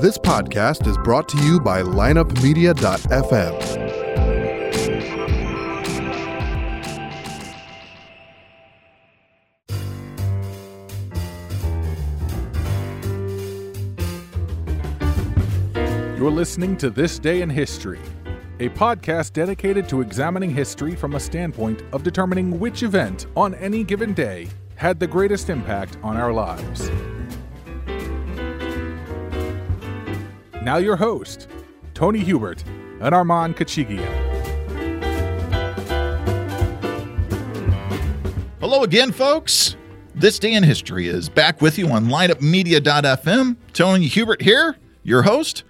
This podcast is brought to you by lineupmedia.fm. You're listening to This Day in History, a podcast dedicated to examining history from a standpoint of determining which event on any given day had the greatest impact on our lives. Now, your host, Tony Hubert and Armand Kachigian. Hello again, folks. This Day in History is back with you on lineupmedia.fm. Tony Hubert here, your host,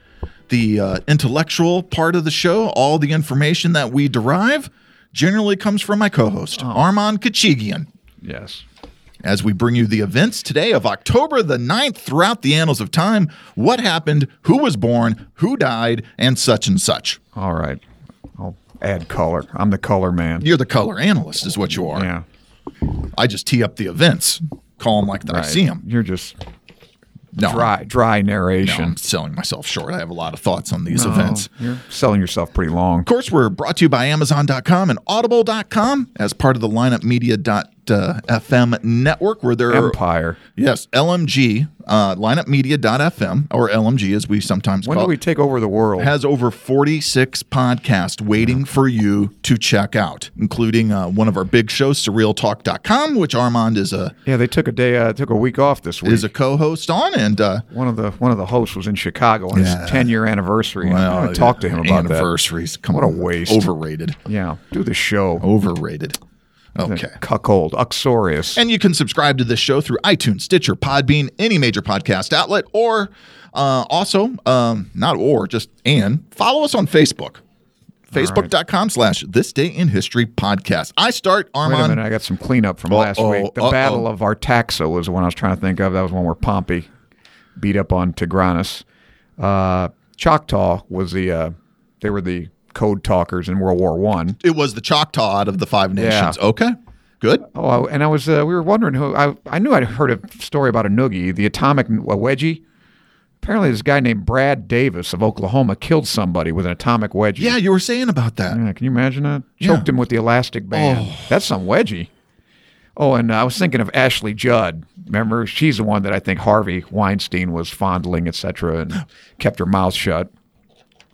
the uh, intellectual part of the show. All the information that we derive generally comes from my co host, Oh. Armand Kachigian, Yes. as we bring you the events today of October the 9th throughout the annals of time what happened, who was born, who died, and such and such. All right. I'll add color. I'm the color man. You're the color analyst, is what you are. yeah. I just tee up the events, call them like that. I see them. You're just No, dry, dry No, narration. I'm selling myself short. I have a lot of thoughts on these events. Oh, you're selling yourself pretty long. Of course, we're brought to you by Amazon.com and Audible.com as part of the lineupmedia.fm uh, network, where there are. Empire. Yes, LMG, uh, lineupmedia.fm, or LMG as we sometimes When call do we it, take over the world? has over 46 podcasts waiting for you to check out, including uh, one of our big shows, surrealtalk.com, which Armand is a, yeah, they took a day. Uh, took a week off this week. is a co host on. And uh, one of the one of the hosts was in Chicago on his 10 year anniversary. and I uh, talked to him about that. anniversaries. Come What a on. waste. Overrated. Yeah. Do the show. Overrated. Okay. Cuckold. Uxorious. And you can subscribe to this show through iTunes, Stitcher, Podbean, any major podcast outlet, or uh, also, um, not or, just and, follow us on Facebook. Facebook.com slash This Day in History Podcast. I start, Wait a Armand. minute, I got some cleanup from last Uh-oh, week. The uh-oh. Battle of Artaxa was the one I was trying to think of. That was one where Pompey beat up on Tigranes. Uh, Choctaw was the uh, they were the code talkers in World War One. It was the Choctaw out of the Five Nations. Yeah. Okay. Good. Oh, I, and I was uh, we were wondering who I I knew I'd heard a story about a noogie, the atomic n- a wedgie. Apparently, this guy named Brad Davis of Oklahoma killed somebody with an atomic wedgie. Yeah, you were saying about that. Yeah, can you imagine that? Choked him with the elastic band. That's some wedgie. Oh, and I was thinking of Ashley Judd. Remember, she's the one that I think Harvey Weinstein was fondling, etc., and kept her mouth shut.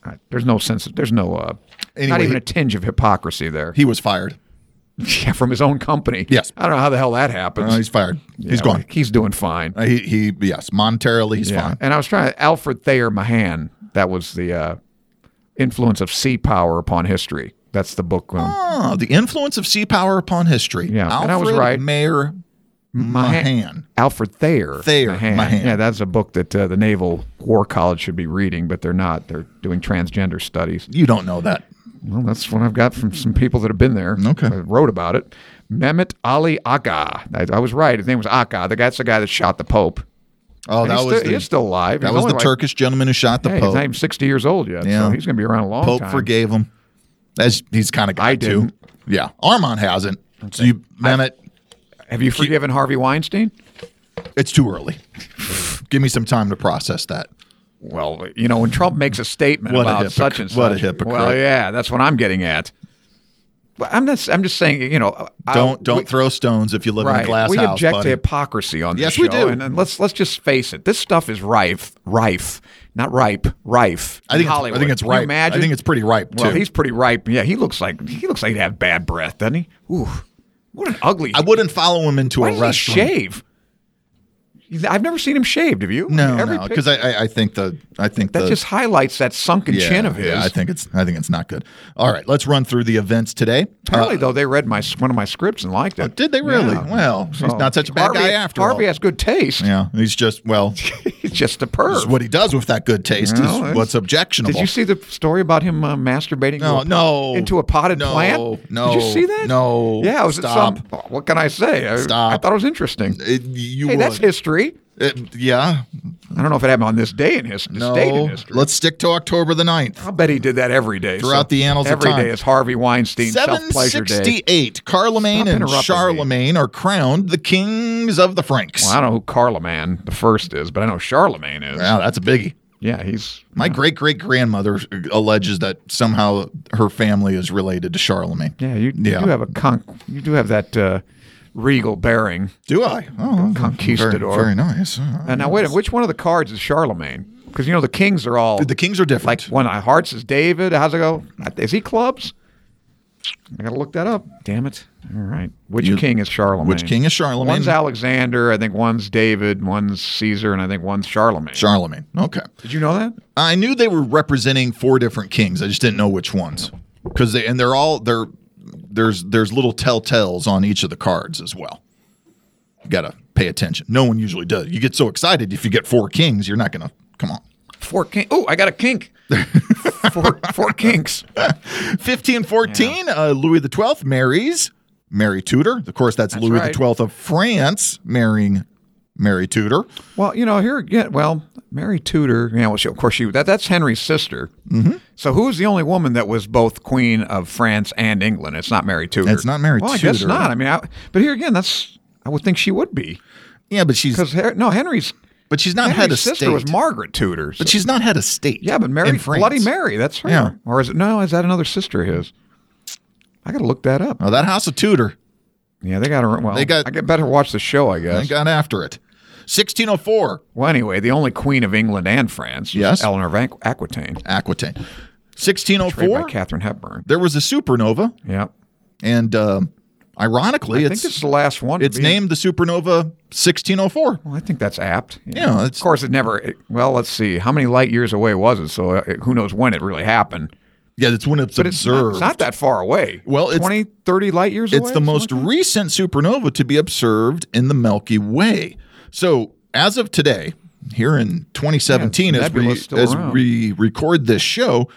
Uh, There's no sense. Of, there's no. Uh, not Anyway, even he- a tinge of hypocrisy there. He was fired. yeah, from his own company. Yes. I don't know how the hell that happens. Uh, he's fired. Yeah, he's gone. He's doing fine. Uh, he, he, yes, monetarily, he's Yeah. fine. And I was trying Alfred Thayer Mahan. That was the uh, influence of sea power upon history. That's the book. Um, Oh, the influence of sea power upon history. Yeah, Alfred and I was right. Mayer Mahan. Alfred Thayer. Thayer Mahan. Yeah, that's a book that uh, the Naval War College should be reading, but they're not. They're doing transgender studies. You don't know that. Well, that's what I've got from some people that have been there. Okay. that wrote about it. Mehmet Ali Aga. I, I was right. His name was Aga. The guy- That's the guy that shot the Pope. Oh, And that he's, was still, the- he's still alive. That He's was only the like- Turkish gentleman who shot the Hey, he's Pope. not even 60 years old yet, Yeah. so he's going to be around a long Pope time. forgave him. That's he's kind of got I to. didn't. Yeah, Armand hasn't. So you, Mehmet, Have you forgiven Harvey Weinstein? it's too early. Give me some time to process that. Well, you know, when Trump makes a statement What a about hypocr- such and such, what a hypocrite. Well, yeah, that's what I'm getting at. But I'm just, I'm just saying, you know, I- Don't don't we- throw stones if you live in right. a glass we house, object buddy. to hypocrisy on this Yes, show, we do. and, and let's let's just face it, this stuff is rife, rife, not ripe, rife. I in think it's, Hollywood. I think it's Can you ripe. imagine? I think it's pretty ripe too. well, he's pretty ripe. Yeah, he looks like he looks like he'd have bad breath, doesn't he? Ooh, what an ugly. I wouldn't follow him into Why a does restaurant. he shave? He's- I've never seen him shaved. Have you? No, Every no, pic- because I, I I think the I think that the, just highlights that sunken yeah, chin of his. Yeah, I think it's I think it's not good. All right, let's run through the events today. Apparently, though, they read my one of my scripts and liked it. Uh, Oh, Did they really? Oh. Well, he's So- not such a bad Harvey, guy after Harvey all. has good taste. yeah, he's just well. He's just a This is perv. what he does with that good taste. Well, is it's- what's objectionable. Did you see the story about him uh, masturbating? No, into a- no, into a potted no, plant. no, Did you see that? no, Yeah, I was stop. at some. What can I say? I, I Stop. thought it was interesting. It- you hey, would. that's history. It- yeah. I don't know if it happened on this day in history. This date in No. history. Let's stick to October the 9th. I'll bet he did that every day. Throughout the annals of every time. day is Harvey Weinstein self pleasure day. 768. Carloman Stop and interrupting me. Charlemagne are crowned the kings of the Franks. Well, I don't know who Carloman the first is, but I know Charlemagne is. Wow, that's a biggie. Yeah, he's My great great grandmother alleges that somehow her family is related to Charlemagne. yeah. You, you Yeah. do have a con. You do have that uh, regal bearing. Do I? Oh, Conquistador. Very, very nice. And now wait, a minute, which one of the cards is Charlemagne? Because you know the kings are all the kings are like different. one of hearts is David. How's it go? Is he clubs? I gotta look that up. Damn it! All right, which You- king is Charlemagne? Which king is Charlemagne? One's Alexander, I think one's David, one's Caesar, and I think one's Charlemagne. Charlemagne. Okay. Did you know that? I knew they were representing four different kings. I just didn't know which ones. Cuz they and they're all they're there's there's little telltales on each of the cards as well. You got to pay attention. No one usually does. You get so excited if you get four kings, you're not going to Come on. Four king. Oh, I got a kink. four, four kinks. 1514, uh, Louis the Twelfth marries Mary Tudor. Of course, that's, Louis the right. Twelfth of France marrying Mary Tudor. Well, you know, here again, well, Mary Tudor, you know, well, she, of course, she that that's Henry's sister. Mm-hmm. So who's the only woman that was both queen of France and England? It's not Mary Tudor. It's not Mary well, I guess Tudor. not. I mean, I, but here again, that's I would think she would be Yeah, but she's because no, Henry's but she's not Henry's had a sister state. was Margaret Tudor. so- but she's not had a state. yeah, but Mary in France. Bloody Mary, that's her. Yeah. Or is it no? Is that another sister of his? I got to look that up. Well, that House of Tudor, Yeah, they got to. Well, They got- I get better watch the show, I guess. they got after it. 1604, well, anyway, the only queen of England and France, was Yes. Eleanor of Aqu- Aquitaine, Aquitaine. played by 1604, Catherine Hepburn. there was a supernova, Yeah, and um, ironically, I think it's this is the last one. to it's be- named the supernova 1604. Well, I think that's apt. Yeah, it's- of course it never. it- well, let's see, how many light years away was it? So uh, it- who knows when it really happened? Yeah, that's when it's But it's not, observed. it's not that far away. Well, it's- 20, 30 light years away. It's the something most like recent supernova to be observed in the Milky Way. So, as of today, here in 2017, Yeah, it's as, we, nebula's still as around. we record this show,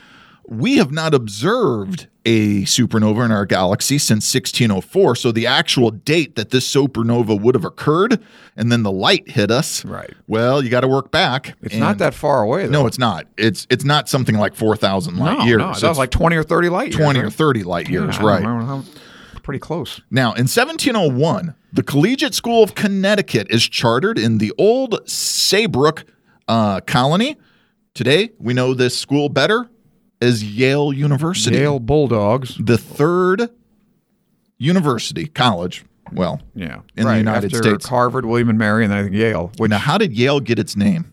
we have not observed a supernova in our galaxy since 1604. So, the actual date that this supernova would have occurred and then the light hit us, Right. well, you got to work back. that. It's not that far away. Though. No, it's not. It's it's not something like 4,000 light no, years. no, that It's was like twenty or thirty light years. 20 or right? 30 light years, Yeah, I right? don't remember how- pretty close. Now, in 1701, the Collegiate School of Connecticut is chartered in the old Saybrook uh, colony. Today, we know this school better as Yale University, Yale Bulldogs. the third university college. Well, Yeah, in the United after States. Harvard, William and Mary, and then I think Yale. Which Now, how did Yale get its name?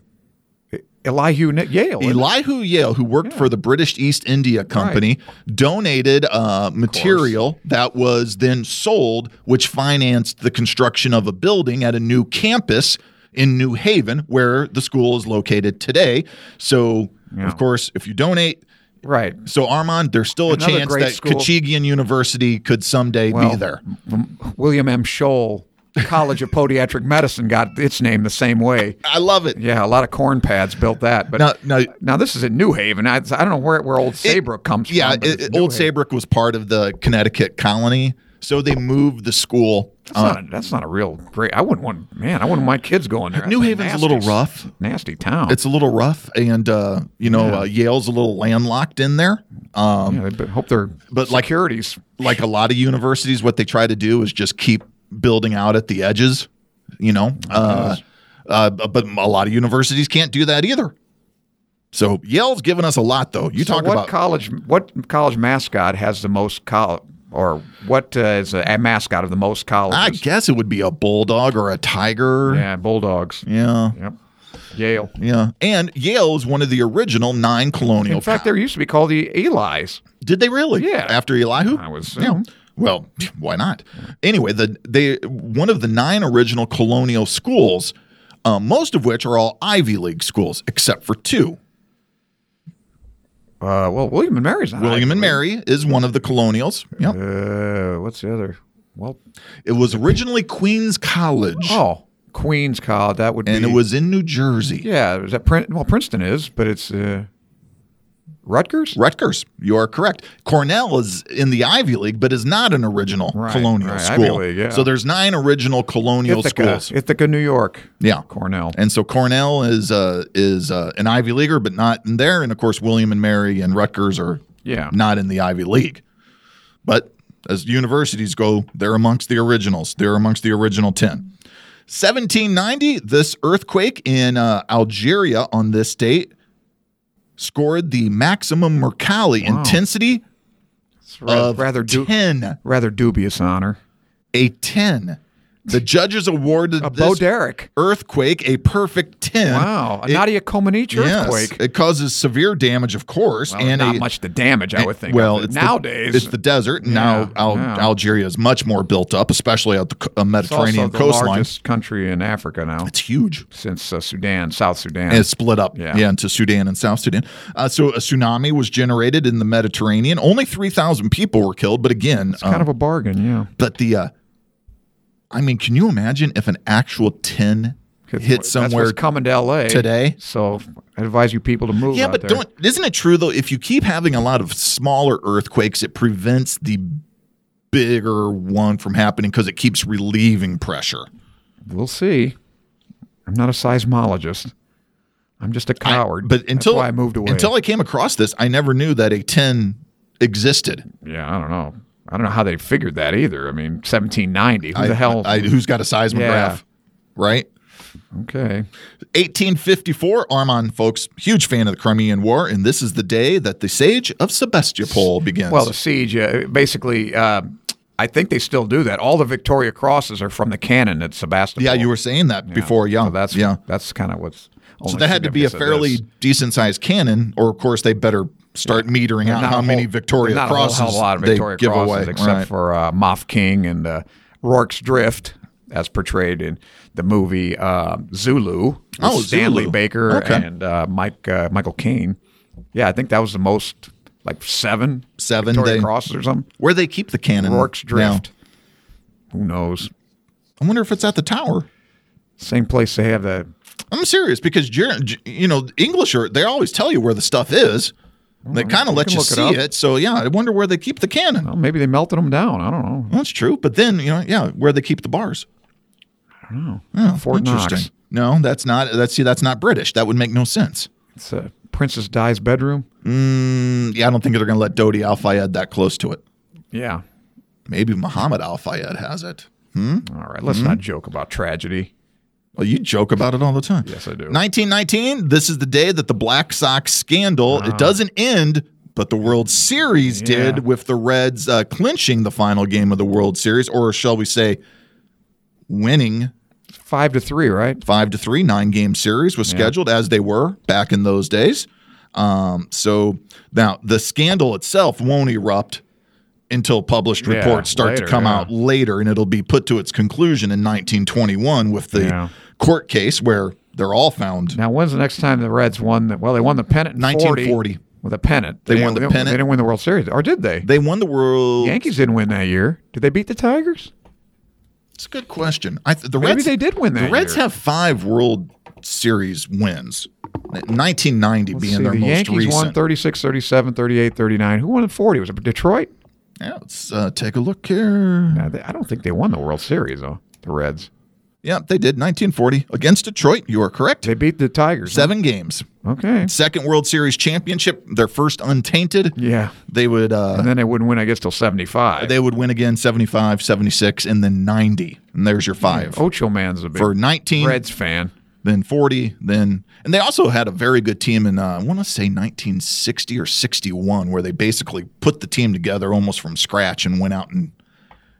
Elihu Ni- Yale. isn't it? Elihu Yale, who worked for the British East India Company, donated uh, material that was then sold, which financed the construction of a building at a new campus in New Haven, where the school is located today. So, Yeah. of course, if you donate, right. so Armand, there's still a Another chance great that school. Koshigian University could someday be Well, there. M- William M. Scholl College of Podiatric Medicine got its name the same way. I love it. Yeah, a lot of corn pads built that. But Now, now now this is in New Haven. I, I don't know where where old Saybrook comes Yeah, from. but it- it's it- New Old Haven. Saybrook was part of the Connecticut colony, so they moved the school. That's, not a, that's not a real great. I wouldn't want man. I wouldn't want my kids going there. That's New Haven's a nasty- little rough. Nasty town. It's a little rough, and uh, you know uh, Yale's a little landlocked in there. Um, yeah, but hope their But, like- securities. Like a lot of universities, what they try to do is just keep building out at the edges. You know, uh, uh, but a lot of universities can't do that either. So Yale's given us a lot, though. You So talk what about college? What college mascot has the most college? Or what uh, is a mascot of the I most colleges? guess it would be a bulldog or a tiger. yeah, Bulldogs. yeah. Yep. Yale. Yeah. And Yale is one of the original nine colonial. In fact, they used to be called the Eli's. Did they really? Yeah. After Elihu? I was Yeah. Well, why not? Anyway, the they one of the nine original colonial schools, uh, most of which are all Ivy League schools, except for two. Uh, well, William and Mary's not. William and Mary is one of the colonials. Yep. Uh, what's the other? Well, It was originally Queens College, oh, Queens College. That would be. and it was in New Jersey. Yeah, it was at Prin- well Princeton is, but it's uh, Rutgers. Rutgers, you are correct. Cornell is in the Ivy League, but is not an original Right, colonial right, Ivy school. League, yeah. So there's nine original colonial Ithaca, schools. Ithaca, New York. Yeah. Cornell. And so Cornell is uh, is uh, an Ivy leaguer, but not in there. And of course, William and Mary and Rutgers are Yeah. not in the Ivy League. But as universities go, they're amongst the originals. They're amongst the original ten. 1790, this earthquake in uh, Algeria on this date scored the maximum Mercalli intensity It's ra- of rather du- 10. rather dubious honor. A 10. The judges awarded A Uh, Bo this Derek. earthquake a perfect 10. Wow, a It- Nadia Comaneci yes, earthquake. It causes severe damage, of course. Well, and not a- much to damage, I would think. Well, of it. it's the- nowadays it's the desert. and now Al- yeah. Algeria is much more built up, especially at the c- uh, it's also Mediterranean the coastline. largest country in Africa now It's huge. since uh, Sudan, South Sudan. And it's split up yeah. Yeah. into Sudan and South Sudan. Uh, so a tsunami was generated in the Mediterranean. Only 3,000 people were killed. But again, um, It's kind of a bargain, yeah. but the, uh, I mean, can you imagine if an actual 10 hit That's what's somewhere? coming to L.A. today. So I advise you people to move. Yeah, out but there. don't, isn't it true though? If you keep having a lot of smaller earthquakes, it prevents the bigger one from happening because it keeps relieving pressure. We'll see. I'm not a seismologist. I'm just a I- coward. but until That's why I moved away. until I came across this, I never knew that a ten existed. yeah, I don't know. I don't know how they figured that either. I mean, 1790. Who I- the hell? I, who's got a seismograph, Yeah. right? okay. 1854, Armand, folks, huge fan of the Crimean War, and this is the day that the siege of Sebastopol begins. Well, the siege, uh, basically, uh, I think they still do that. All the Victoria Crosses are from the cannon at Sebastopol. yeah, you were saying that before, yeah, So that's yeah. that's kind of what's. So only that had to be a significance of fairly this. decent sized cannon, or of course they better start metering out Not a how whole- many Victoria not crosses a whole, hell of a lot of they Victoria give crosses, away. except right. for uh, Moff King and uh, Rourke's Drift, as portrayed in the movie uh, Zulu. with Oh, Stanley Zulu. Baker Okay. and uh, Mike uh, Michael Caine. Yeah, I think that was the most like seven Seven, Victoria they- crosses or something. where they keep the cannon. Rourke's now. Drift. Who knows? I wonder if it's at the tower. Same place they have the I'm serious because Jer- J- you know English are they always tell you where the stuff is. They kind of you let can you look it see up. Oh. it, So yeah, I wonder where they keep the cannon. well, maybe they melted them down. I don't know. That's true. But then you know, yeah, where they keep the bars. I don't know. Fort Knox. No, that's not. That's see, that's not British. That would make no sense. It's uh, Princess Di's bedroom. Mm, Yeah, I don't think they're going to let Dodi Al Fayed that close to it. Yeah. Maybe Muhammad Al Fayed has it. All right. Mm-hmm. Let's not joke about tragedy. Well, Oh, you joke about it all the time. Yes, I do. 1919. This is the day that the Black Sox scandal. It doesn't end, but the World Series Ah. Yeah. did with the Reds uh, clinching the final game of the World Series, or shall we say, winning Five to three, right? five to three. Nine game series was scheduled as they were back in those days. Um, so now the scandal itself won't erupt until published Yeah, reports start later, to come yeah. out later, and it'll be put to its conclusion in 1921 with the Yeah. court case where they're all found. Now, when's the next time the Reds won? The, well, they won the pennant in 1940. 40 with a pennant. They won the didn't- pennant. They didn't win the World Series, or did they? They won the world. The Yankees didn't win that year. Did they beat the Tigers? It's a good question. I th- the Maybe Reds they did win that. The Reds year. have five World Series wins. 1990 Let's being see, their the most Yankees recent. won 36, 37, 38, 39. Who won the 40? Was it Detroit? yeah, let's uh, take a look here. No, they- I don't think they won the World Series though. The Reds. Yeah, they did. 1940 against Detroit. You are correct. They beat the Tigers. huh? Seven games. Okay. Second World Series championship. Their first untainted. Yeah. They would. Uh, And then they wouldn't win, I guess, till 75. they would win again 75, 76, and then 90. And there's your five. Ocho Man's a big For 19, Oh, Reds fan. then 40, then and they also had a very good team in uh, I want to say 1960 or 61 where they basically put the team together almost from scratch and went out and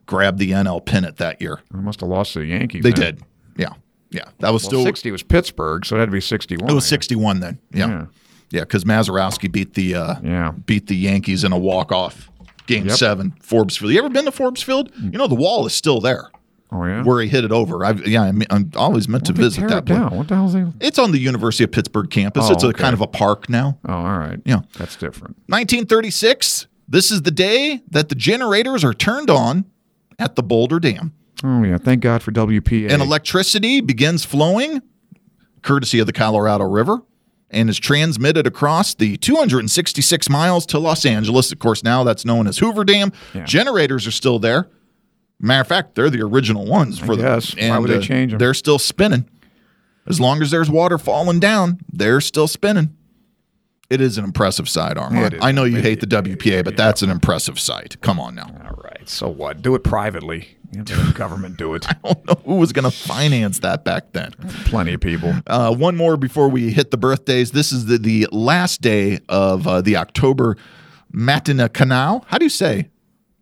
grabbed the NL pennant that year. They must have lost to the Yankees. They then. did. Yeah. Yeah. That was Well, still 60 was Pittsburgh, so it had to be 61. it was 61 then. Yeah. Yeah. Yeah, cuz Mazarowski beat the uh, Yeah. beat the Yankees in a walk-off game 7 Forbes Field. You ever been to Forbes Field? Mm. You know the wall is still there Oh, yeah. where he hit it over. I've yeah, I'm, I'm always meant to They visit tear that it place. down. What the hell's they? Oh, It's on the University of Pittsburgh campus. Oh, it's a okay. kind of a park now. all right. Yeah. that's different. 1936. This is the day that the generators are turned on at the Boulder Dam. Oh yeah, thank God for WPA. And electricity begins flowing courtesy of the Colorado River and is transmitted across the 266 miles to Los Angeles. Of course, now that's known as Hoover Dam. Yeah. Generators are still there. Matter of fact, they're the original ones for the uh, guess. Why would they change 'em? They're still spinning. As long as there's water falling down, they're still spinning. It is an impressive sight, Armor. It is. I know you hate the WPA, but that's an impressive sight. Come on now. All right. So what? Do it privately. You know, the government do it. I don't know who was going to finance that back then. Plenty of people. Uh, one more before we hit the birthdays. This is the, the last day of uh, the October Matinacanal. How do you say?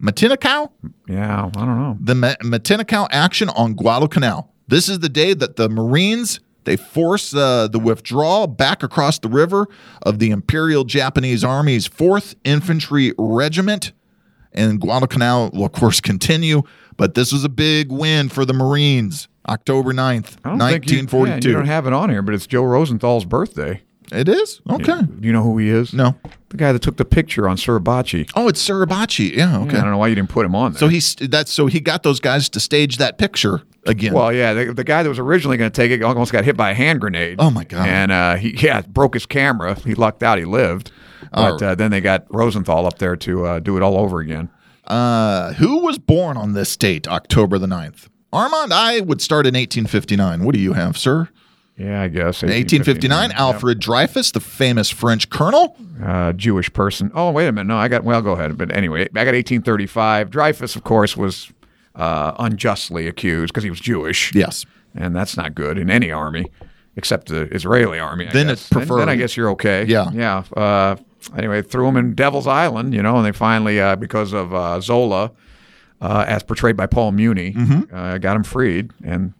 Matinacal? Yeah, I don't know. the Ma- Matinacao action on Guadalcanal. This is the day that the Marines they force uh, the withdrawal back across the river of the Imperial Japanese Army's Fourth Infantry Regiment, and Guadalcanal will of course continue. But this was a big win for the Marines. October 9th, I don't think you- yeah, You, 1942. don't have it on here, but it's Joe Rosenthal's birthday. it is? Okay. Do you know who he is? No. The guy that took the picture on Suribachi. Oh, it's Suribachi. Yeah, okay. I don't know why you didn't put him on there. so he's that's so he got those guys to stage that picture again. Well, yeah, the, the guy that was originally going to take it almost got hit by a hand grenade. Oh, my God. And uh, he yeah broke his camera. He lucked out. He lived, All but uh, then they got Rosenthal up there to uh, do it all over again. Uh, who was born on this date, October the 9th? Armand, I would start in 1859. What do you have, sir? Yeah, I guess 1859, Alfred Dreyfus, the famous French colonel. uh, Jewish person. Oh, wait a minute. No, I got, well, go ahead. But anyway, back at 1835, Dreyfus, of course, was uh, unjustly accused because he was Jewish. Yes. And that's not good in any army except the Israeli army. I Then guess. it's Then, preferred. I guess you're okay. Yeah. Yeah. Uh, anyway, threw him in Devil's Island, you know, and they finally, uh, because of uh, Zola, uh, as portrayed by Paul Muni, uh, got him freed. And Mm-hmm.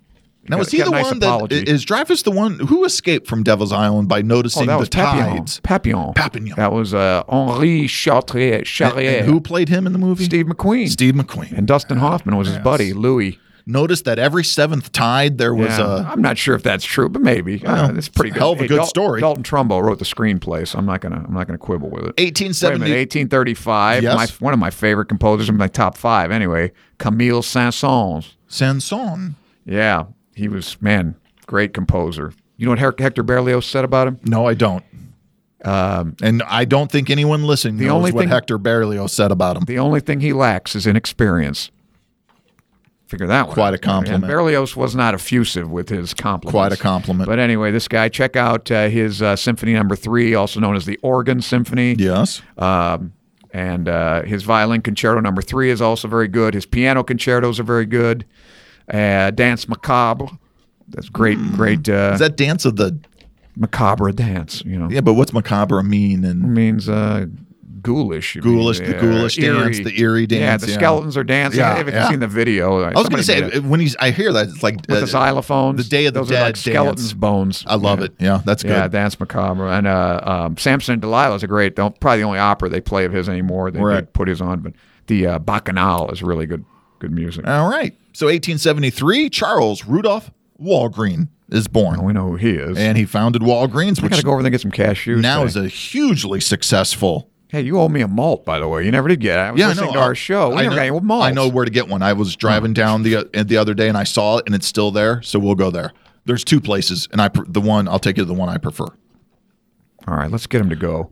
Now, got- is he got the a nice one apology. that is Dreyfus the one who escaped from Devil's Island by Oh, noticing that the was Papillon. tides? Papillon. Papillon. That was uh, Henri Chartier. And- Charrier. and who played him in the movie? Steve McQueen. Steve McQueen. And Dustin Hoffman was his buddy, Louis. Notice that every seventh tide there was Yeah. a. I'm not sure if that's true, but maybe. Uh, it's pretty a good. hell of a good Dal- story. Dalton Trumbo wrote the screenplay, so I'm not gonna I'm not gonna quibble with it. Wait a 1870. minute, 1835. Yes. My, one of my favorite composers in my top five, anyway, Camille Saint-Saëns. Sanson. Yeah, he was man, great composer. You know what Hec- Hector Berlioz said about him? No, I don't. Um, and I don't think anyone listening knows only what thing- Hector Berlioz said about him. The only thing he lacks is inexperience. Figure that one. Quite out. a compliment. And Berlioz was not effusive with his compliments. Quite a compliment. But anyway, this guy, check out uh, his uh, Symphony Number Three, also known as the Organ Symphony. yes. Um, and uh, his violin concerto number three is also very good. His piano concertos are very good. Uh, Dance macabre. That's great, great uh, Hmm. Is that dance of the macabre dance. You know, yeah? But what's macabre mean? And means uh, ghoulish. you mean, uh, Ghoulish, the ghoulish dance, the eerie Yeah, dance, the yeah. skeletons are dancing. Yeah, I haven't yeah. seen the video. I was going to say when he's I hear that it's like uh, with the xylophones. the Day of the those Dead are like skeletons dance. bones. I love Yeah. it. Yeah, that's good. Yeah, Dance Macabre. And uh, um, Samson and Delilah is a great, the- probably the only opera they play of his anymore. They Right. did put his on, but the uh, Bacchanal is really good good music. All right. So 1873, Charles Rudolph Walgreen is born, And we know who he is. and he founded Walgreens, Oh, I got which to go over there and get some cashews. now today. is a hugely successful. Hey, you owe me a malt, by the way. You never did get it. I was Yeah, I listening know. to our show. We I never know, got any Oh. malts. I know where to get one. I was driving down the uh, the other day and I saw it, and it's still there. So we'll go there. There's two places, and I pr- the one I'll take you to the one I prefer. All right, let's get him to go.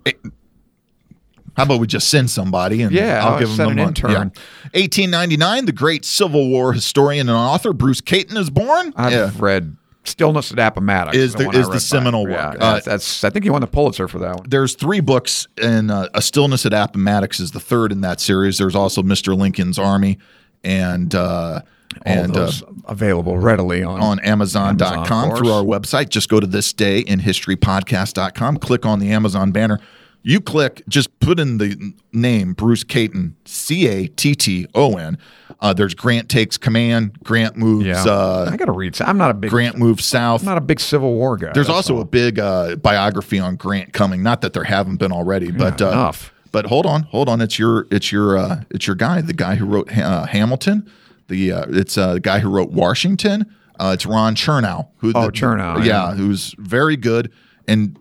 How about we just send somebody and Yeah, I'll I'll give them send the an month. intern. Yeah. 1899, the great Civil War historian and author Bruce Caton is born. I've yeah. read Stillness at Appomattox. Is the- one I is the read by. seminal Yeah, work. Uh, that's, that's- I think he won the Pulitzer for that one. There's three books, and uh, A Stillness at Appomattox is the third in that series. There's also Mr. Lincoln's Army and uh, All and uh, those available readily on, on Amazon.com Amazon, of through our course. website. Just go to this day in historypodcast.com, click on the Amazon banner. You click, just put in the n- name Bruce Caton, C A T T O N. Uh, there's Grant Takes Command, Grant Moves Yeah, uh, I got to read. some- I'm not a big Grant Moves South. I'm not a big Civil War guy. there's that's also all. a big uh, biography on Grant coming. Not that there haven't been already, but uh, enough. But hold on, hold on. It's your it's your uh, it's your guy, the guy who wrote Ha- uh, Hamilton. The uh, it's uh, the guy who wrote Washington. Uh, it's Ron Chernow. Who Oh, the- Chernow, yeah, yeah. who's very good and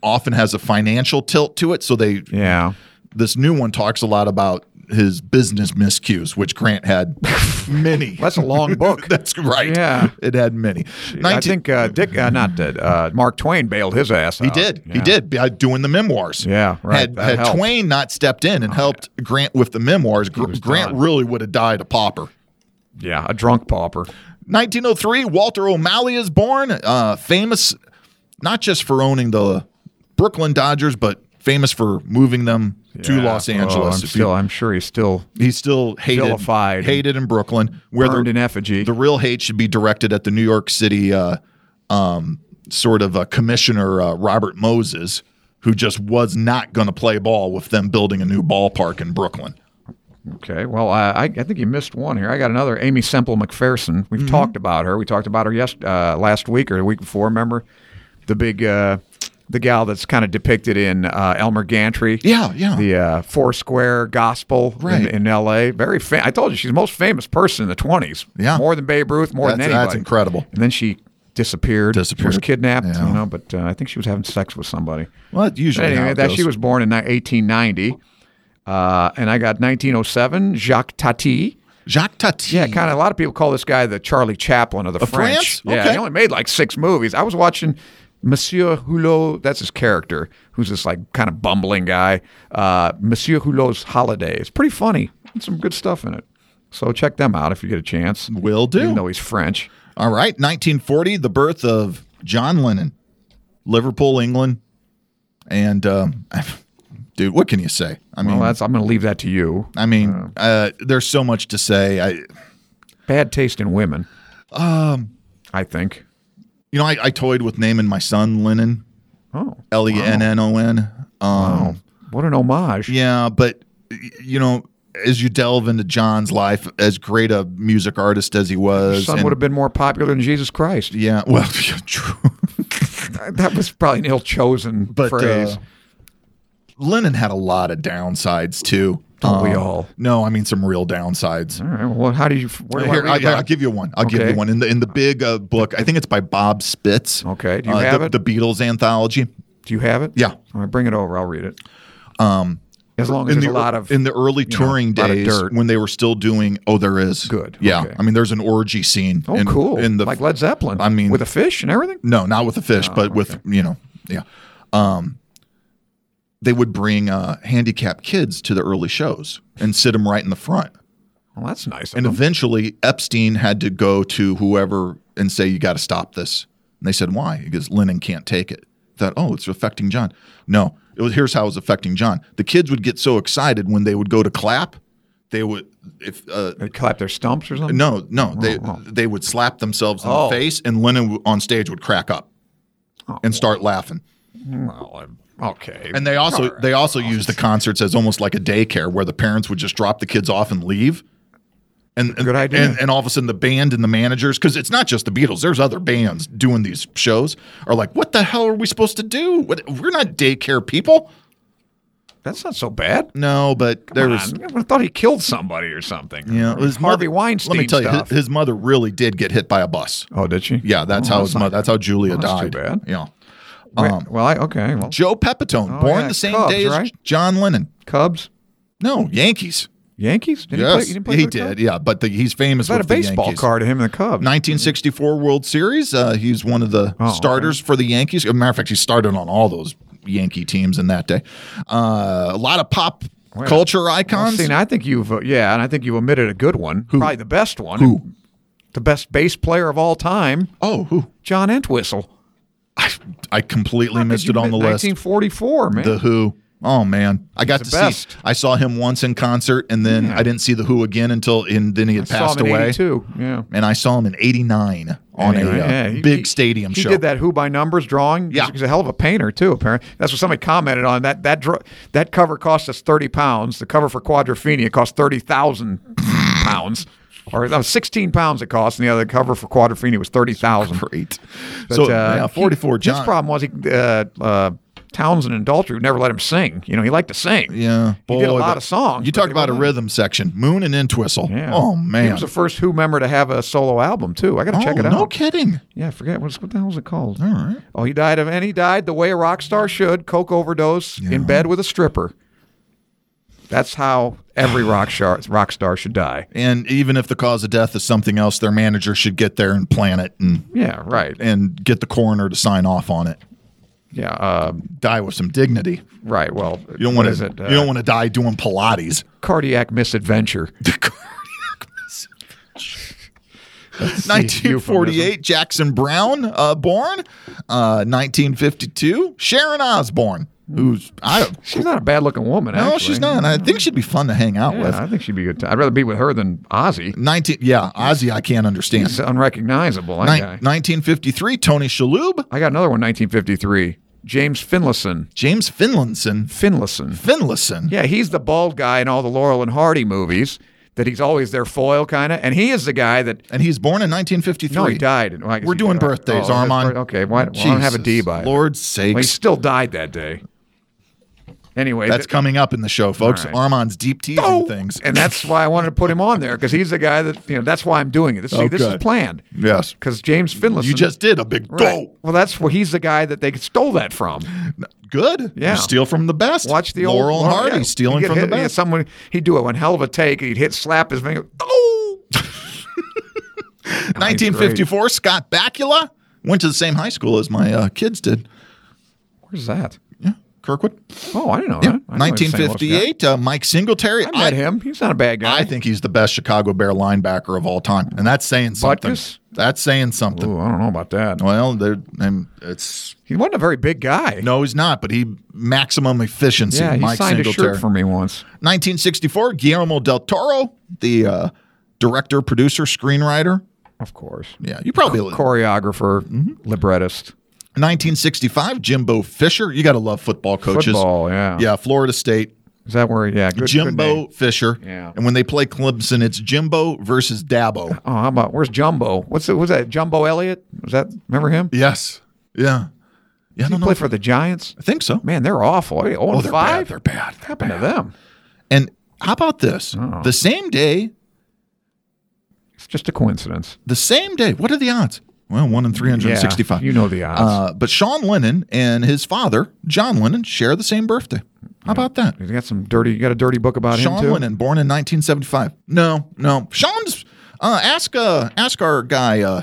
often has a financial tilt to it. So they yeah. this new one talks a lot about his business miscues, which Grant had many. That's a long book. That's right. Yeah. it had many. I think uh, Dick, uh, not Dick, uh, Mark Twain bailed his ass. He did. He did by doing the memoirs. Yeah, right. Had, That had helped. Oh, Twain not stepped in and helped Grant with the memoirs, Gr- was Grant done. really would have died a pauper. Yeah, a drunk pauper. 1903, Walter O'Malley is born, uh, famous not just for owning the Brooklyn Dodgers, but famous for moving them to Los Angeles. Oh, I'm If still, I'm sure he's still he, he's still hated, Vilified. hated in Brooklyn, where burned in the, effigy. the real hate should be directed at the New York City uh, um, sort of uh, commissioner uh, Robert Moses, who just was not going to play ball with them building a new ballpark in Brooklyn. Okay. Well, I, I I think you missed one here. I got another Amy Semple McPherson. We've Mm-hmm. talked about her. We talked about her yes uh, last week or the week before. Remember the big uh, the gal that's kind of depicted in uh, Elmer Gantry. Yeah, yeah. The uh, Four Square Gospel Right. in, in L.A. Very. Fam- I told you she's the most famous person in the twenties. Yeah. More than Babe Ruth. More than That's- anybody. that's incredible. And then she disappeared. Was Disappeared. kidnapped. Yeah. You know, but uh, I think she was having sex with somebody. Well, that's usually Anyway, how it that goes. she was born in ni- 1890, uh, and I got 1907. Jacques Tati. Jacques Tati. Yeah, kind of. A lot of people call this guy the Charlie Chaplin of the Hmm. France? French. Yeah, Okay. he only made like six movies. I was watching Monsieur Hulot. That's his character, who's this like kind of bumbling guy. Uh, Monsieur Hulot's Holiday. It's pretty funny. Some good stuff in it. So check them out if you get a chance. Will do. Even though he's French. All right, 1940, the birth of John Lennon, Liverpool, England, and um, dude, what can you say? I mean, Well, that's. I'm going to leave that to you. I mean, uh, there's so much to say. I, Bad taste in women. Um, I think. you know, I, I toyed with naming my son Lennon, Oh, L E N N O N. Um, what an homage! yeah, but y- you know, as you delve into John's life, as great a music artist as he was, Son and- would have been more popular than Jesus Christ. yeah, well, true. That was probably an ill-chosen But, phrase. uh, Lennon had a lot of downsides too. Um, Don't Oh, we all? No, I mean some real downsides. All right. Well, how do you? Where do I Here, read I, about will it? give you one. I'll give you Okay. one in the in the big uh, book. I think it's by Bob Spitz. Okay, do you Uh, have the, it? The Beatles anthology. do you have it? Yeah. Um, All right, bring it over. I'll read it. as long as in there's the a lot of in the early you know, touring lot of days dirt. when they were still doing. Oh, there is Good, Yeah, okay. I mean there's an orgy scene. oh, in, cool. In the like Led Oh, Zeppelin. I mean- with a fish and everything. No, not with the fish, but with you know, yeah. Um, they would bring uh, handicapped kids to the early shows and sit them right in the front. Well, that's nice. And eventually, Epstein had to go to whoever and say, "You got to stop this." And they said, "Why?" Because Lennon can't take it. That oh, it's affecting John. No, it was, here's how it was affecting John. The kids would get so excited when they would go to clap. They would if uh, they clap their stumps or something. no no they they would slap themselves in Oh. the face, and Lennon w- on stage would crack up and start laughing. Well, I'm- okay. And they also they also use the concerts as almost like a daycare where the parents would just drop the kids off and leave. And, and- Good idea. And, and all of a sudden, the band and the managers, because it's not just the Beatles. There's other bands doing these shows. Are like, what the hell are we supposed to do? What, we're not daycare people. that's not so bad. No, but there Come was. on, I thought he killed somebody or something. Yeah, Or Harvey Weinstein. Let me tell you, his, stuff. his mother really did get hit by a bus. oh, did she? Yeah, that's Oh, how his not mother. That's how Julia that's too died. bad. Yeah. Wait, um, well, I, okay. Well, Joe Pepitone, Oh, born yeah, the same Cubs, day as right? John Lennon. Cubs, No, Yankees. Yankees. Did yes, he, play, didn't he, play for the Cubs? did. Yeah, but the, he's famous I had with a baseball the Yankees. card of him and the Cubs. 1964 World Series. Uh, he's one of the Oh, okay. starters for the Yankees. As a matter of fact, he started on all those Yankee teams in that day. Uh, a lot of pop culture Well, icons. see, now I think you've uh, yeah, and I think you omitted a good one, probably the best one, Who? the best bass player of all time, oh, who? John Entwistle. I, I completely missed it on the list. 1944, man. The Who. Oh man, I got the to best. see. I saw him once in concert, and then I didn't see the Who again until and then he had Saw passed him in away. 82. Yeah. And I saw him in '89 on a uh, Anyway, yeah, he- big he- stadium he show. did that Who by Numbers drawing. Yeah. He's, he's a hell of a painter too. Apparently, that's what somebody commented on. That that draw, that cover cost us 30 pounds. The cover for Quadrophenia cost 30,000 pounds, or no, 16 pounds it cost, and the other cover for Quadrophenia was 30,000. Great. But, so uh, yeah, he- 44 John. His problem was he, uh, uh, Townsend and Daltrey would never let him sing. You know, he liked to sing. Yeah, he did a boy, lot but of songs. You but talk they about a wouldn't let him- rhythm section, Moon and Entwistle. Yeah. Oh He man, was the first Who member to have a solo album too. I got to oh, check it out. No kidding. Yeah, I forget what's what the hell was it called? All right. Oh, he died of and he died the way a rock star should, coke overdose, in bed with a stripper. That's how every rock star rock star should die. And even if the cause of death is something else, their manager should get there and plan it and Yeah, right. and get the coroner to sign off on it. Yeah, uh, Die with some dignity. right. Well, You don't want is to. it? uh, you don't want to die doing Pilates. cardiac misadventure. 1948, Jackson Brown uh, born. Uh, 1952, Sharon Osbourne. who's I don't She's not a bad looking woman. no, actually. she's not. I think she'd be fun to hang out Yeah, with. I think she'd be a good. Time. I'd rather be with her than Ozzy. Nineteen, yeah, Ozzy, I can't understand. He's unrecognizable. That Nin- guy. 1953, Tony Shalhoub, I got another one. 1953. James Finlayson. James Finlinson, Finlayson. Finlayson. Yeah, he's the bald guy in all the Laurel and Hardy movies. That he's always their foil kind of, and he is the guy that. and he's born in 1953. No, he died. Well, I guess We're he doing died. birthdays, Oh, that's Armand. birth- okay, why well, I don't have a D Jesus, by it. Lord's sakes. Well, he still died that day. Anyway, That's th- coming up in the show, folks. right. Armand's deep teasing things. and that's why I wanted to put him on there because he's the guy that you know. That's why I'm doing it. This, see, this is Okay. planned yes, because James Finlayson. you just did a big Right. right. Well, that's where he's the guy that they stole that from. Good. Yeah. You steal from the best. Watch the Laurel old and Hardy yeah. stealing He'd from hit, the yeah, best. someone he'd do it one hell of a take. He'd hit, slap his finger. Oh, 1954, Scott Bakula went to the same high school as my uh, kids did. where's that? Yeah, Kirkwood. Oh, I didn't know that. I know he was a St. Louis guy. 1958, uh, Mike Singletary. I met him. He's not a bad guy. I think he's the best Chicago Bear linebacker of all time, and that's saying something. Butkus? That's saying something. Ooh, I don't know about that. Well, there, and it's He wasn't a very big guy. no, he's not, but he maximum efficiency. yeah, he Mike signed a Singletary. shirt for me once. 1964, Guillermo del Toro, the uh, director, producer, screenwriter. Of course. Yeah, Mm-hmm. you probably. Choreographer, librettist, 1965, Jimbo Fisher. You got to love football coaches. football. Yeah. Yeah, Florida State. Is that where? Yeah. Good, good name. Jimbo Fisher. Yeah. And when they play Clemson, it's Jimbo versus Dabo. Oh, how about where's Jumbo? What's the, was that? Jumbo Elliott? Was that? Remember him? yes. Yeah. Yeah, I He don't know. played for the Giants. I think so. Man, they're awful. Hey, oh, Oh, they're bad. five. They're bad. They're What happened to them? And how about this? Oh. The same day, It's just a coincidence. the same day. What are the odds? Well, one in three hundred Yeah, sixty-five. you know the odds. Uh, but Sean Lennon and his father, John Lennon, share the same birthday. How about that? You got some dirty. You got a dirty book about him Sean too. Lennon, born in 1975. No, no. Sean's. Uh, ask uh, ask our guy uh,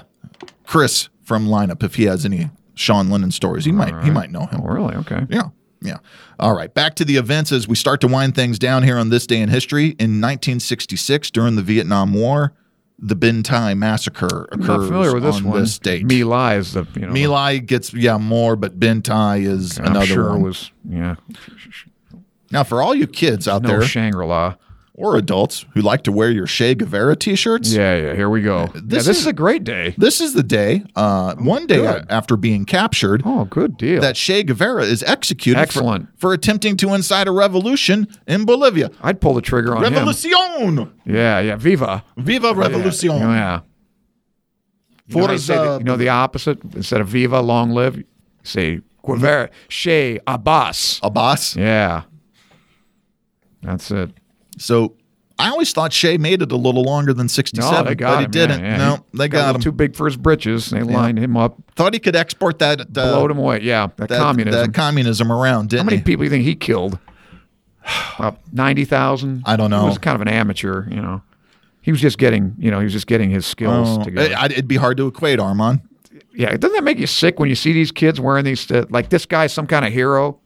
Chris from lineup if he has any Sean Lennon stories. He might he might know him. Oh, really? Okay. Yeah. Yeah. All right. Back to the events as we start to wind things down here on this day in history. In 1966, during the Vietnam War, the Bin Thai massacre I'm occurs not familiar with this on one. this date. Me lies the you know. My Lai gets yeah more, but Bin Thai is I'm another sure one. was yeah. now, for all you kids out No there Shangri La. or adults who like to wear your Che Guevara T-shirts, Yeah, yeah. Here we go. This, yeah, This this is- is, a great day. this is the day. Uh, one day Oh, good. after being captured, Oh, good deal. that Che Guevara is executed for- Excellent. for attempting to incite a revolution in Bolivia. I'd pull the trigger on Revolucion. him. Yeah, yeah. Viva. Viva Revolucion. Oh, Yeah. yeah. You know, how you, say the, Forza. you know the opposite? Instead of viva, long live, you say Guevara, Che, Abbas. Abbas. Yeah. That's it. So I always thought Shea made it a little longer than 67, No, they got but he him. yeah, didn't. yeah. No, He they a got, little him. Too big for his britches. and They lined him up, Thought he could export that, uh, blowed him away. Yeah, that, that, communism. that communism around, didn't How many he? people do you think he killed? About 90,000? I don't He know. was kind of an amateur, you know. He was just getting, you know, he was just getting his skills Oh, together. it, I- it'd be hard to equate, Armand. yeah, doesn't that make you sick when you see these kids wearing these? Uh, like this guy's some kind of hero.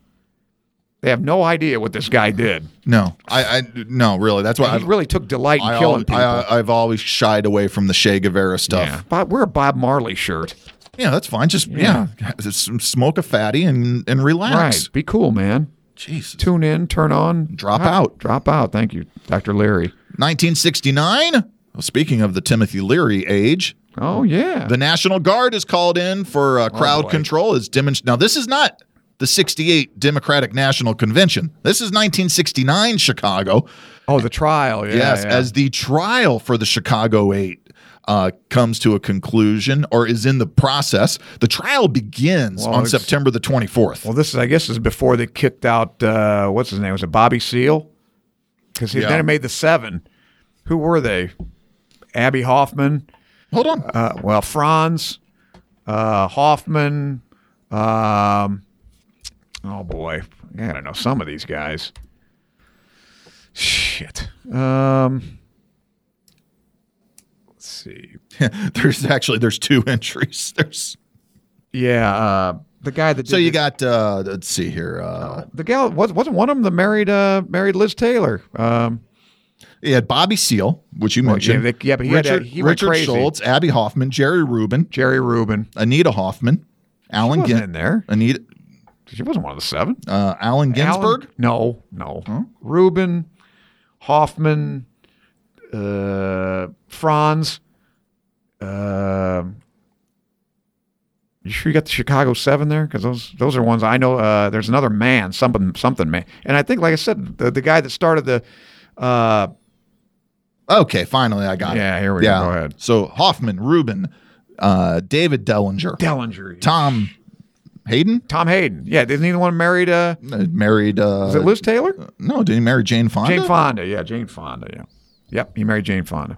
They have no idea what this guy did. No, I, I no, really. That's why He really took delight in I, I, killing al- people. I, have always shied away from the Shea Guevara stuff. yeah. Bob, wear a Bob Marley shirt. Yeah, that's fine. Just yeah, Just smoke a fatty and and relax. Right. Be cool, man. Jesus. Tune in, turn on, Drop out. drop out. Thank you, Dr. Leary. 1969. Well, speaking of the Timothy Leary age, Oh yeah. The National Guard is called in for uh, crowd Oh, boy. control. Is demonst- now this is not the '68 Democratic National Convention. This is 1969 Chicago. oh, the trial. Yeah, yes, yeah. as the trial for the Chicago Eight uh, comes to a conclusion or is in the process, the trial begins Well, on it's- September the 24th. well, this is I guess this is before they kicked out uh, what's his name was it Bobby Seal because he Yeah. then made the seven. Who were they? Abby Hoffman. Hold on, uh, well, Franz, uh, Hoffman, um, oh boy, I don't know some of these guys. Shit. Um, let's see. there's actually there's two entries. There's Yeah, uh, the guy that did so you the, got uh, let's see here. Uh, the gal was, wasn't one of them the married uh, married Liz Taylor. Um, you had Bobby Seal, which you Well, mentioned. yeah, they- yeah, but he had a- Richard, he went Richard crazy. Schultz, Abby Hoffman, Jerry Rubin. Jerry Rubin Anita Hoffman, Alan wasn't Ginn. in there. Anita, She wasn't one of the seven. Uh, Allen Ginsberg. Allen- no, no. Rubin, Hoffman, uh, Franz. Uh, you sure you got the Chicago Seven there? Because those those are ones I know. Uh, there's another man, something something man, and I think, like I said, the, the guy that started the. Uh, Okay, finally I got Yeah, it. here we go. Go ahead. So Hoffman, Rubin, uh, David Dellinger, Dellinger. Tom Tom, Hayden Hayden. Yeah, isn't he the one married? Uh, uh, married. Uh, is it Liz Taylor? No, did he marry Jane Fonda? Jane Fonda. Yeah, Jane Fonda. Yeah. Yep, he married Jane Fonda.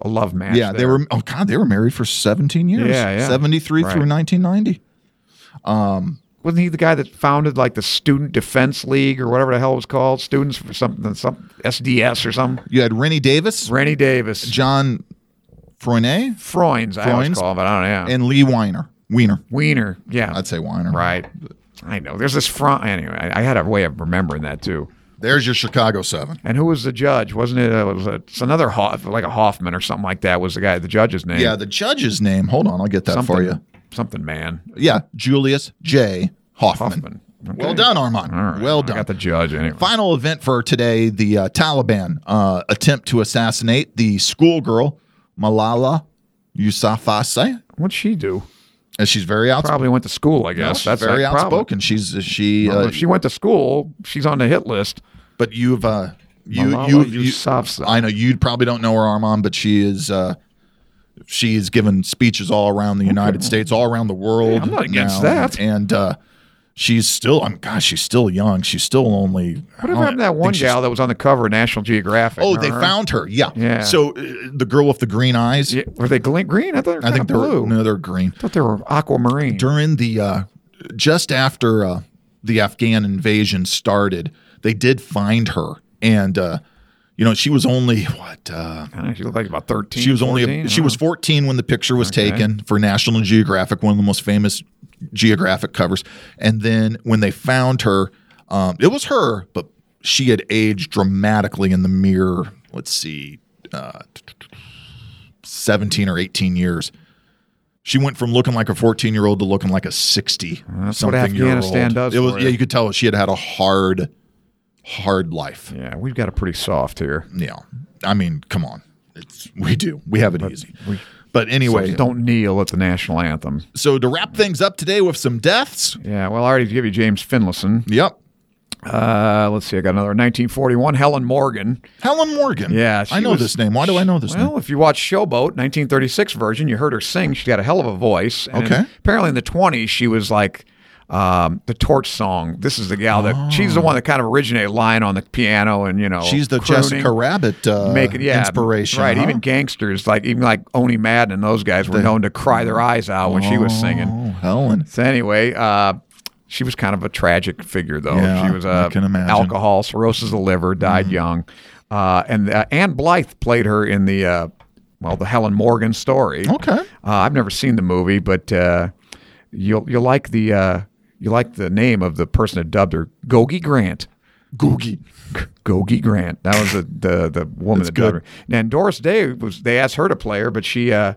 A love match. Yeah, they there. were. Oh God, they were married for seventeen years. Yeah, yeah. seventy three through Right. nineteen ninety. wasn't he the guy that founded like the Student Defense League or whatever the hell it was called? Students for something, some SDS or something. You had Rennie Davis, Rennie Davis, John Froyne, Freunds, I Freunds. always call him, but I don't know. and Lee Weiner. Weiner, Wiener, yeah, I'd say Weiner. right. I know. There's this front. Anyway, I, I had a way of remembering that too. There's your Chicago Seven. And who was the judge? Wasn't it? Uh, was it it's another Hoff, like a Hoffman or something like that. Was the guy the judge's name? Yeah, the judge's name. Hold on, I'll get that something, for you. Something man. Yeah, Julius J. Hoffman. Hoffman. Well done, Armand. All right. Well I done. got the judge anyway. Final event for today: the uh, Taliban uh, attempt to assassinate the schoolgirl Malala Yousafzai, What'd she do? and she's very outspoken. Probably went to school. I No, guess she's that's very that problem. outspoken. She's she, Well, uh, if she went to school, she's on the hit list. but you've uh, you Malala you, you Yousafzai. I know you probably don't know her Armand, but she is uh, she has given speeches all around the United States, all around the world. I'm not against that. and uh, she's still. I'm gosh, she's still young. She's still only. I Whatever don't happened to that think one she's- gal that was on the cover of National Geographic? Oh, they Remember her? found her. Yeah. Yeah. So uh, the girl with the green eyes. Yeah, were they glint green? I thought they were I think kinda they're blue. no, they're green. I thought they were aquamarine. during the uh, just after uh, the Afghan invasion started, they did find her, and uh, you know she was only what uh, I don't know, she looked like about thirteen. she was only 14, I she don't was know. 14 when the picture was taken for National Geographic, one of the most famous geographic covers. And then when they found her, um, it was her, but she had aged dramatically in the mere let's see, uh, 17 or 18 years. She went from looking like a 14 year old to looking like a 60 That's what something year old. Afghanistan does It was, for yeah, you. you could tell she had had a hard, hard life. Yeah, we've got a pretty soft here. Yeah. I mean, come on. It's, we do. We have it easy. we- but anyway, Don't kneel at the national anthem. so to wrap things up today with some deaths. Yeah, well, I already gave you James Finlayson. Yep. Uh, let's see, I got another 1941. Helen Morgan. Helen Morgan. Yeah, she I know was- this name. Why do I know this name? Well, if you watch Showboat, 1936 version, you heard her sing. She's got a hell of a voice. And Okay. Apparently, in the 20s, she was like um, the torch song. This is the gal that she's the one that kind of originated lying on the piano and you know Oh. She's the crooning, Jessica Rabbit uh, Make it, yeah, inspiration. right? huh? Even gangsters like even like Oni Madden and those guys were known to cry their eyes out when she was singing. Oh, Helen. So anyway, uh, she was kind of a tragic figure, though. Yeah, she was I uh, can imagine. Mm-hmm. alcohol, cirrhosis of the liver, died young, uh, and uh, Anne Blythe played her in the uh, well, the Helen Morgan story. Okay. uh, I've never seen the movie, but uh, you'll you'll like the uh, you like the name of the person that dubbed her, Gogi Grant. Googie. Gogi Grant. That was the the, the woman that good. dubbed her. And Doris Day was they asked her to play her, but she uh,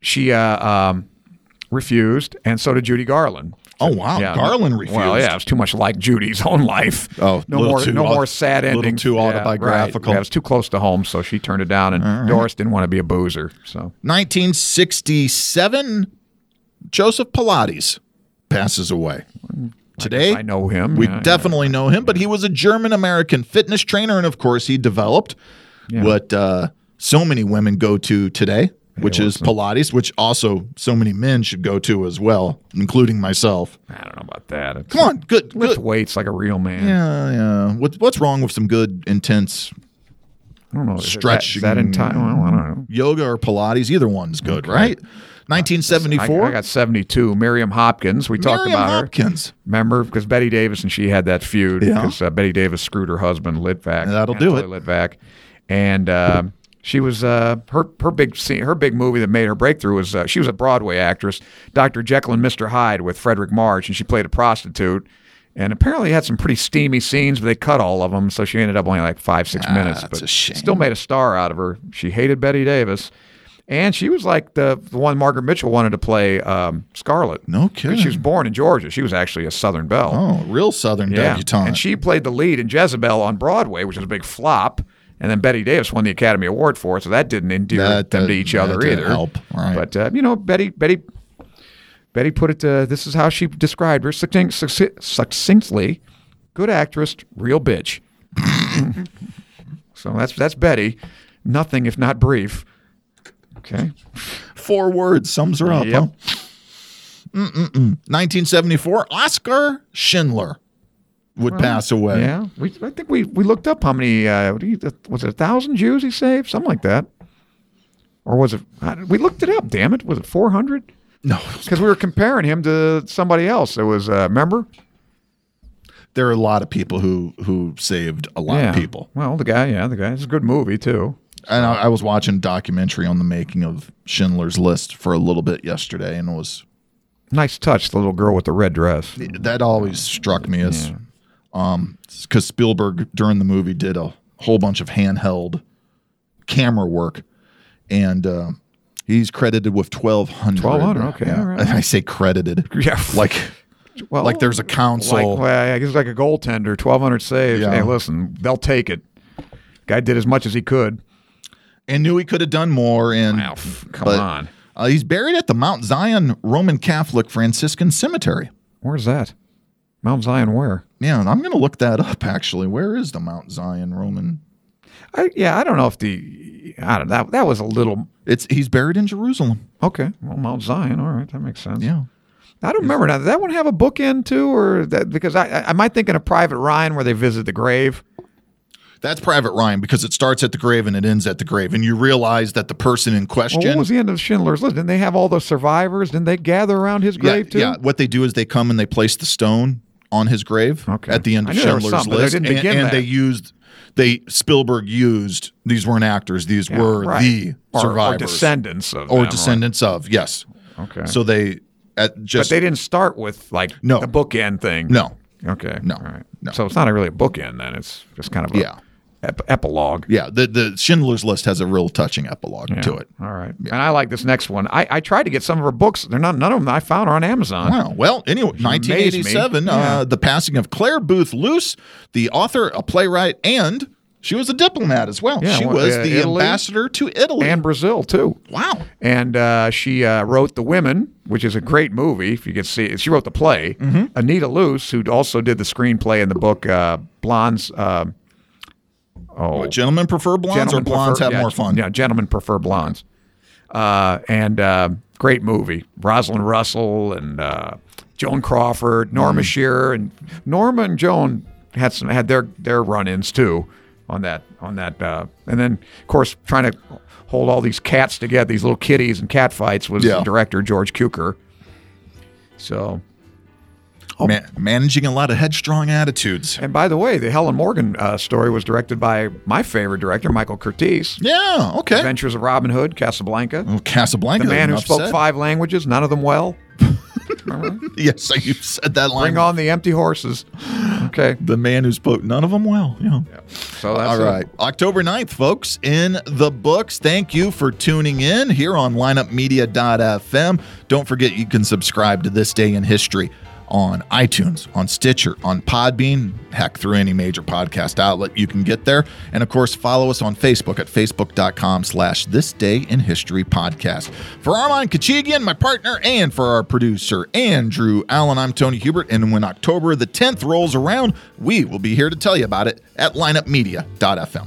she uh, um, refused, and so did Judy Garland. Oh, wow. Yeah. Garland refused. Well, yeah, it was too much like Judy's own life. Oh, no little more, too no au- more sad little endings. too Yeah, right. autobiographical. Yeah, it was too close to home, so she turned it down. And Doris didn't want to be a boozer, so 1967, Joseph Pilates passes away. Today, I know him. We Yeah, yeah. definitely know him, but he was a German American fitness trainer, and of course, he developed what uh, so many women go to today, which is Pilates, which also so many men should go to as well, including myself. I don't know about that. It's- Come on, good, lift good. weights like a real man. Yeah, yeah. What, what's wrong with some good, intense I don't know. Is it Stretching. That, is that in time? Well, I don't know. yoga or Pilates? Either one's good, right? I, 1974. I got seventy-two. Miriam Hopkins. We talked Miriam about her. Hopkins. Remember, because Betty Davis and she had that feud Yeah. because uh, Betty Davis screwed her husband Litvak. That'll do it. Anatoly Litvak, and uh, she was uh, her her big scene, her big movie that made her breakthrough was uh, she was a Broadway actress, Doctor Jekyll and Mister Hyde with Frederick March, and she played a prostitute. And apparently had some pretty steamy scenes, but they cut all of them, so she ended up only like five, six minutes. Ah, that's but a shame. still made a star out of her. She hated Betty Davis, And she was like the, the one Margaret Mitchell wanted to play um, Scarlet. No 'Cause She was kidding. born in Georgia. She was actually a Southern belle. Oh, real Southern debutante. And she played the lead in Jezebel on Broadway, which was a big flop. And then Betty Davis won the Academy Award for it, so that didn't endear That them to did- each that other didn't either. help, right. But uh, you know, Betty, Betty, Betty put it. Uh, this is how she described her succinct, succ- succinctly: good actress, real bitch. so that's that's Betty. Nothing if not brief. Okay. Four words sums her up. Yep. huh? Mm-mm-mm. 1974, Oscar Schindler would pass away. Yeah, we, I think we, we looked up how many uh, what do you- was it a thousand Jews he saved, something like that, or was it? I- We looked it up. Damn it, was it four hundred? No, Because we were comparing him to somebody else. It was uh, remember there are a lot of people who who saved a lot yeah. of people. Well, the guy, yeah, the guy. It's a good movie too. And I, I was watching a documentary on the making of Schindler's List for a little bit yesterday, and was Nice touch, the little girl with the red dress. that always struck me as um because Spielberg during the movie did a whole bunch of handheld camera work and uh, he's credited with 1200 1200, okay, Yeah. all right. I say credited Yeah. like Well, like there's a like, council well, I guess like a goaltender, twelve hundred saves. Yeah. Hey, listen, they'll take it. Guy did as much as he could. and knew he could have done more and Wow, f- come but, on. uh, he's buried at the Mount Zion Roman Catholic Franciscan Cemetery Where's that? Mount Zion, where? yeah and I'm gonna look that up actually where is the Mount Zion Roman I, yeah, I don't know if the I don't that that was a little it's he's buried in Jerusalem okay. Well, Mount Zion, all right, that makes sense. yeah I don't remember now. Did that one have a book in too, or that because I, I am I thinking of Private Ryan where they visit the grave? That's Private Ryan because it starts at the grave and it ends at the grave, and you realize that the person in Well, question. what was the end of Schindler's List? Didn't they have all the survivors? Didn't they gather around his yeah, grave too? yeah. What they do is they come and they place the stone on his grave Okay. at the end I of knew there was Schindler's something, but they List, didn't and, begin and that. they used they Spielberg used these weren't actors; these Yeah, were right. the Or- survivors or descendants of or them, right. descendants of. Yes. Okay, So they at but just they didn't start with like No. the bookend thing. no. Okay. No. All right. No. So it's not really a bookend then. It's just kind of a Yeah. ep- epilogue. Yeah, the the Schindler's List has a real touching epilogue Yeah. to it. All right. And I like this next one. I, I tried to get some of her books. They're not none of them I found are on Amazon. Wow. Well, anyway, amazed me. 1987, Yeah. uh, the passing of Claire Booth Luce, the author, a playwright, and she was a diplomat as well. Yeah, she well, was uh, the Italy ambassador to Italy. And Brazil too. wow. and uh, she uh, wrote The Women, which is a great movie. If you can see, it. she wrote the play. Mm-hmm. Anita Luce, who also did the screenplay in the book uh, Blondes. Uh, oh, What, gentlemen prefer blondes Gentlemen or blondes prefer- have yeah, more fun? Yeah, gentlemen prefer blondes. Uh, and uh, great movie. Rosalind Russell and uh, Joan Crawford, Mm. Norma Shearer, and Norma and Joan had some had their their run-ins too on that on that. Uh, and then of course trying to hold all these cats together, these little kitties and cat fights was Yeah. the director George Cukor. So Ma- managing a lot of headstrong attitudes. and by the way, the Helen Morgan uh, story was directed by my favorite director Michael Curtiz. Yeah, Mm-hmm. okay. Adventures of Robin Hood, Casablanca. Well, Casablanca. The man who enough spoke said. five languages, none of them well. Yes, you said that line. Bring on the empty horses. Okay. The man who spoke none of them well. Yeah. So that's All it. right. October 9th, folks, in the books. Thank you for tuning in here on lineupmedia.fm. Don't forget you can subscribe to This Day in History on iTunes, on Stitcher, on Podbean, heck, through any major podcast outlet you can get there. And of course, follow us on Facebook at facebook.com slash This Day in History Podcast. For Armand Kachigian, my partner, and for our producer, Andrew Allen, I'm Tony Hubert. And when October the 10th rolls around, we will be here to tell you about it at lineupmedia.fm.